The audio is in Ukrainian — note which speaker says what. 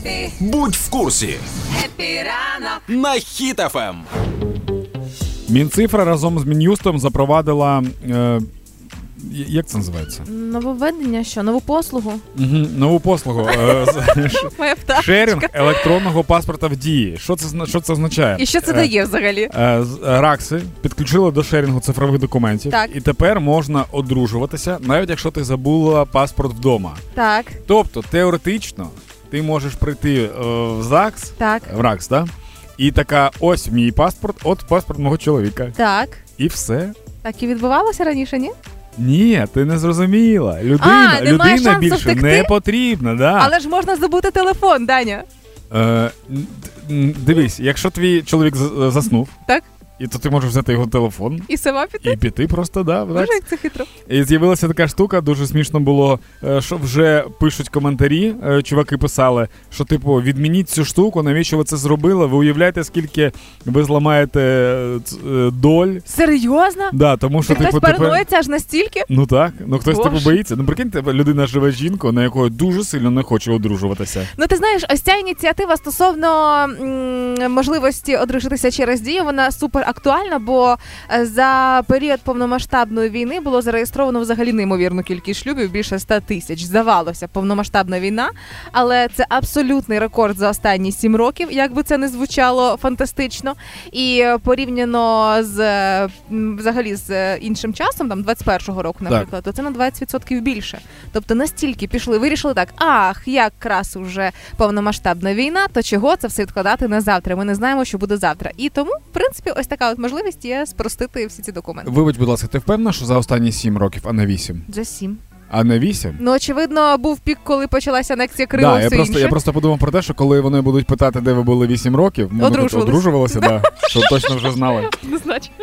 Speaker 1: Епі,
Speaker 2: Будь в курсі
Speaker 1: епі ранок.
Speaker 2: на Ем. хітафем.
Speaker 3: Мінцифра разом з Мін'юстом запровадила. Е, як це називається?
Speaker 4: Нововведення, що нову послугу.
Speaker 3: Угу, нову послугу. е, з- ш-
Speaker 4: Моя пташка.
Speaker 3: Шерінг електронного паспорта в дії. Що це зна- що це означає?
Speaker 4: І що це
Speaker 3: Е,
Speaker 4: дає взагалі?
Speaker 3: е, з- е, Ракси підключили до шерінгу цифрових документів,
Speaker 4: Так.
Speaker 3: і тепер можна одружуватися, навіть якщо ти забула паспорт вдома.
Speaker 4: Так,
Speaker 3: Тобто, теоретично, ти можеш прийти е, в ЗАГС,
Speaker 4: так,
Speaker 3: в РАКС, да? і така: ось мій паспорт, от паспорт мого чоловіка.
Speaker 4: так.
Speaker 3: І все.
Speaker 4: Так і відбувалося раніше, ні?
Speaker 3: Ні, ти не зрозуміла. Людина,
Speaker 4: А, немає
Speaker 3: людина
Speaker 4: шансу
Speaker 3: більше
Speaker 4: втекти?
Speaker 3: не потрібна, да.
Speaker 4: Але ж можна забути телефон, Даня.
Speaker 3: Е, н- н- дивись, якщо твій чоловік з- е, заснув,
Speaker 4: Так.
Speaker 3: і то ти можеш взяти його телефон.
Speaker 4: І сама піти.
Speaker 3: І піти просто, да, в
Speaker 4: Боже,
Speaker 3: ЗАГС.
Speaker 4: як це хитро.
Speaker 3: І з'явилася така штука, дуже смішно було, е, що вже пишуть коментарі. е, Чуваки писали, що типу відмініть цю штуку, навіщо ви це зробили? Ви уявляєте, скільки ви зламаєте е, ц- е, доль?
Speaker 4: Серйозно?
Speaker 3: Да, тому
Speaker 4: Ти
Speaker 3: що
Speaker 4: хтось
Speaker 3: типу тепер...
Speaker 4: параноїться аж настільки?
Speaker 3: Ну так, ну хтось
Speaker 4: Боже.
Speaker 3: типу боїться. Ну прикиньте, людина живе жінкою, на якої дуже сильно не хоче одружуватися.
Speaker 4: Ну, ти знаєш, ось ця ініціатива стосовно м, можливості одружитися через дію, вона супер актуальна, бо е, за період повномасштабної війни було зареєстровано взагалі неймовірну кількість шлюбів, більше 100 тисяч. Здавалося, повномасштабна війна, але це абсолютний рекорд за останні 7 років, як би це не звучало фантастично. І е, порівняно з е, м, взагалі з е, іншим часом, там 21-го року, наприклад, то це на 20% більше. Тобто настільки пішли, вирішили так. Ах, якраз уже повномасштабна війна, то чого це все відкладати на завтра? Ми не знаємо, що буде завтра. І тому, в принципі, ось така от можливість є спростити всі ці документи.
Speaker 3: Вибач, будь ласка, ти впевнена, що за останні 7 років, а не 8?
Speaker 4: За сім.
Speaker 3: А не 8?
Speaker 4: Ну очевидно, був пік, коли почалася анексія Криму.
Speaker 3: Да, я
Speaker 4: все
Speaker 3: просто,
Speaker 4: інше.
Speaker 3: я просто подумав про те, що коли вони будуть питати, де ви були 8 років, ми
Speaker 4: Одружувались.
Speaker 3: одружувалися, да. що точно вже знали.
Speaker 4: Однозначно.